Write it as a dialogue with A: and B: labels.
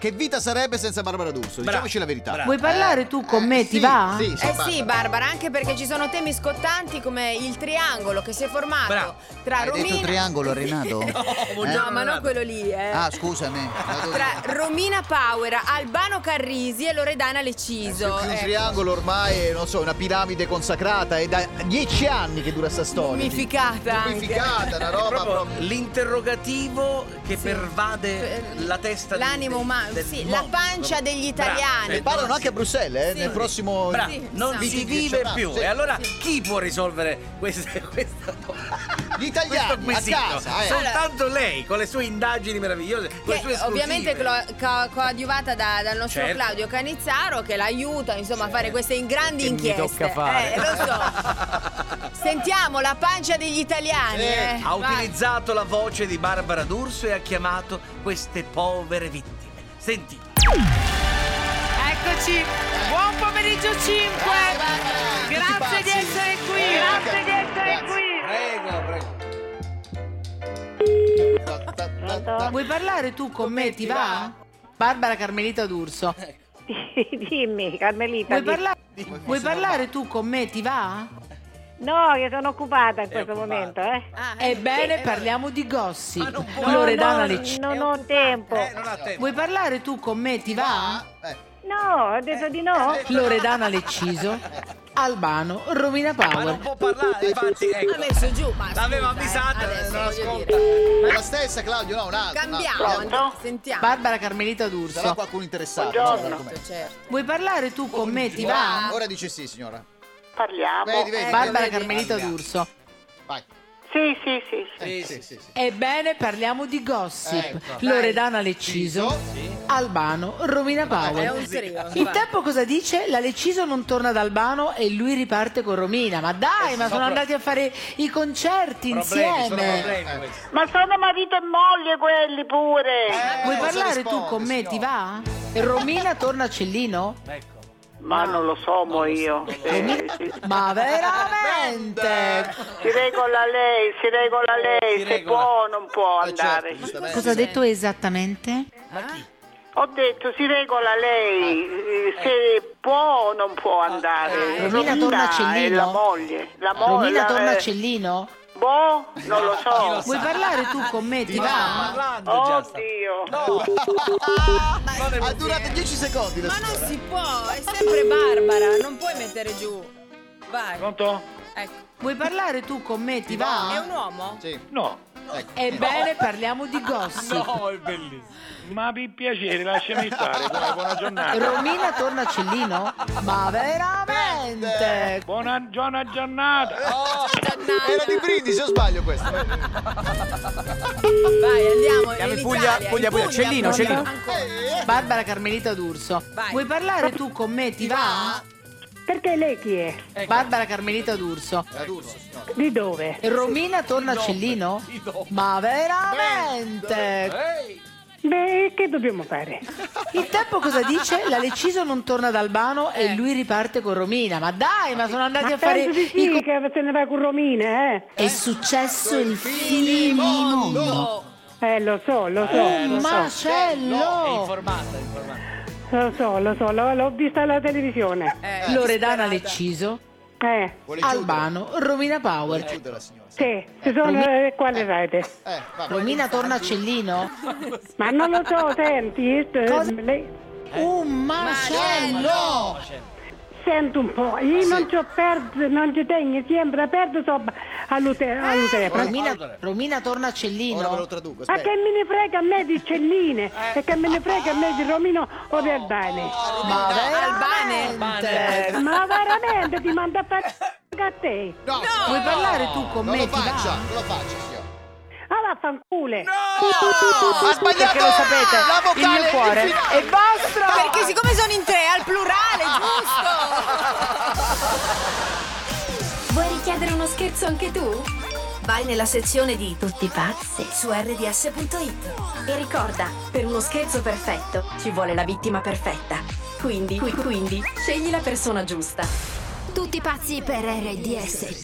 A: Che vita sarebbe senza Barbara D'Urso?
B: Bra-
A: Diciamoci la verità.
B: bra-
C: Vuoi parlare tu con me, ti
A: sì,
C: va?
A: Sì,
D: Eh sì,
A: Barbara.
D: Barbara, anche perché ci sono temi scottanti come il triangolo che si è formato
B: Bravo.
D: tra
E: Hai
D: Romina.
E: detto
A: eh?
E: triangolo, Renato?
B: buongiorno,
D: Eh, No, ma non
B: Renato.
D: quello lì, eh.
E: Ah, scusami. vado-
D: Tra Romina Power, Albano Carrisi e Loredana
A: Più
D: Leciso.
A: che un
D: Ecco.
A: triangolo ormai, è, non so, una piramide consacrata. È da dieci anni che dura sta storia.
D: Mummificata anche.
A: Mummificata, una
B: È
A: roba
B: proprio
A: proprio.
B: l'interrogativo che
D: Sì.
B: pervade
D: Eh,
B: la testa del-
D: l'animo umano,
B: del
D: sì,
B: mondo.
D: la pancia degli
B: Bravo.
D: italiani.
A: E parlano anche a Bruxelles, eh,
D: Sì.
A: nel prossimo...
B: Bravo,
D: Sì,
B: non
D: sì.
B: si
A: Sì,
B: vive
A: sì,
B: più.
A: sì.
B: E allora chi può risolvere questa, questa
A: Gli italiani,
B: questo quesito?
A: a casa, eh.
B: Soltanto lei, con le sue indagini meravigliose, con le
D: Che
B: sue esclusive.
D: ovviamente clo- co- coadiuvata da- dal nostro
B: Certo.
D: Claudio Canizzaro che l'aiuta insomma a fare queste grandi
F: Che mi
D: inchieste.
F: tocca fare.
D: Eh, lo so. Sentiamo la pancia degli italiani.
A: Sì.
D: eh.
B: Ha
D: Vai.
B: utilizzato la voce di Barbara D'Urso e ha chiamato queste povere vittime. Senti,
G: Eccoci, buon pomeriggio 5. Grazie di essere qui, grazie di essere qui.
B: prego, prego.
A: Eh,
C: Vuoi parlare tu con me, ti va? Barbara Carmelita D'Urso.
G: Dimmi, Carmelita.
C: Vuoi,
G: di-
C: parla- vuoi parlare tu con me, ti va?
G: No, che sono occupata in
B: È
G: questo
B: occupata.
G: momento, eh.
D: Ah, eh,
C: Ebbene,
D: sì,
C: parliamo di gossip.
B: Ma non può-
C: Loredana
G: no,
C: Lecce.
G: Non ho tempo.
B: Eh, non ha tempo.
C: Vuoi parlare tu con me, ti va?
A: Eh,
G: No, ho detto di no.
C: Eh, Loredana Lecciso. Albano, Romina
B: Ma non
C: Power.
B: può parlare, infatti,
D: eh, Ha
B: ecco.
D: messo giù, ma
B: L'aveva
D: scusa, eh,
B: avvisata,
D: adesso
B: non
D: voglio
B: ascolta.
D: dire.
A: è la stessa, Claudio? No, un'altra.
D: Cambiamo,
A: un'altra.
D: sentiamo.
C: Barbara Carmelita
A: Sarà
C: D'Urso.
A: qualcuno interessato. non so com'è.
D: Certo, certo.
C: Vuoi parlare tu con me, ti va? Eh,
A: Ora dice sì, signora.
H: Parliamo.
A: Vedi, Eh, vedi.
C: Barbara
A: vedi,
C: Carmelita
A: vedi.
C: D'Urso.
A: Vai.
H: Sì, sì, sì. sì.
A: Eh, sì, sì, sì.
C: Ebbene, parliamo di gossip.
A: Ecco.
C: Loredana Lecciso, Albano, Romina
D: È
C: Power.
D: un trio.
C: Il tempo cosa dice? La Leciso non torna ad Albano e lui riparte con Romina. Ma dai, ma sono andati a fare i concerti
B: Problemi, sono
C: insieme.
B: problemi questi.
H: Ma sono marito e moglie quelli pure.
A: Eh,
C: Vuoi
A: cosa
C: parlare tu
A: risponde,
C: con me,
A: signora?
C: ti va? E Romina torna a Cellino?
B: Ecco.
H: Ma non lo so, mo io. Eh, si,
C: Ma veramente?
H: si regola lei, si regola lei.
B: Si
H: Se
B: regola.
H: può o non può
A: Eh, certo,
H: andare.
A: giustamente.
C: Cosa ha detto
D: Cioè,
C: esattamente?
H: Ho detto si regola lei. eh, Se può o non può andare.
C: eh, Romina torna a
H: Romina è
C: Cellino?
H: La moglie. La moglie.
C: Romina
H: la-
C: torna a
H: eh,
C: Cellino?
H: Boh, non lo
B: lo
H: so.
C: Vuoi parlaare tu con me, ti va?
B: Parlando già sta-
H: Oddio.
B: non è
A: Ah, Ha durato 10 secondi la
D: Ma non
A: signora.
D: si può, è sempre Barbara, non puoi mettere giù. Vai.
I: Pronto?
D: Ecco.
C: Vuoi parlare tu con me, ti
D: È
C: va?
D: un uomo?
A: Sì.
I: No,
A: Ecco.
C: Ebbene, parliamo di gossip.
B: No, è bellissimo.
I: ma per piacere, lasciami stare. Buona, buona giornata.
C: Romina torna a Cellino? Ma veramente?
I: Buona, buona giornata.
D: Giannata.
A: Era di Brindisi, o sbaglio questo?
D: Vai, andiamo.
F: Andiamo in
D: in
F: Puglia,
D: Italia,
F: Puglia,
D: in
F: Puglia, Cellino, Cellino.
D: Ancora.
C: Barbara Carmelita D'Urso.
D: Vai.
C: Vuoi parlare tu con me, ti va?
G: Perché lei chi è?
C: Barbara Carmelita D'Urso.
A: Era d'Urso, signora.
G: Di dove?
C: Romina torna a Cellino? Ma veramente?
B: Ehi!
G: Beh, che dobbiamo fare?
C: Il tempo cosa dice? La Leciso non torna ad Albano e lui riparte con Romina. Ma dai, ma sono andati a fare
G: Penso di
C: i...
G: sì,
C: co-
G: che se ne va con Romina, eh.
C: È successo il finimondo.
G: Eh, lo so, lo so.
C: Un
G: lo so.
B: È
C: macello.
B: informata, è informata.
G: Lo so, lo so, l'ho, l'ho vista alla televisione.
D: Eh,
C: Loredana
D: disperata.
C: Leciso.
G: Eh,
A: Vuole chiudere? Eh,
C: Albano, Romina Power.
A: Vuole chiudere la signora.
G: sì, ci sono eh, quale rete?
A: Eh, va.
C: Romina torna a Cellino?
G: Ma non lo so, senti, eh,
C: Cosa?
G: lei-
C: Un macello!
G: sento un po',
C: Ah,
G: io non ci ho perso, non ci tengo, sempre perdo so allo te- allo
C: Ah,
G: telefono.
C: Romina, Romina torna a
A: Ora ve lo
C: Cellino?
A: traduco,
G: Ma
A: aspetta.
G: che me ne frega a me di Celline e che me ne frega a me di Romino o di Albani?
C: Ma veramente?
B: Albane.
G: Ma veramente ti manda a fare a te?
A: No,
C: Vuoi parlare tu con
A: non
C: me?
A: lo
C: Ti
A: faccia,
C: va?
A: non lo faccia, signora.
G: Ah, vaffanculo!
A: Ha sbagliato
C: Perché lo sapete,
A: la
C: il
A: vocale
C: mio cuore
A: infine.
C: è vostro!
D: Perché siccome sono in tre, al plurale, giusto?
J: Vuoi richiedere uno scherzo anche tu? Vai nella sezione di Tutti pazzi su rds.it e ricorda, per uno scherzo perfetto ci vuole la vittima perfetta. Quindi, qui- quindi, scegli la persona giusta.
E: Tutti pazzi per RDS.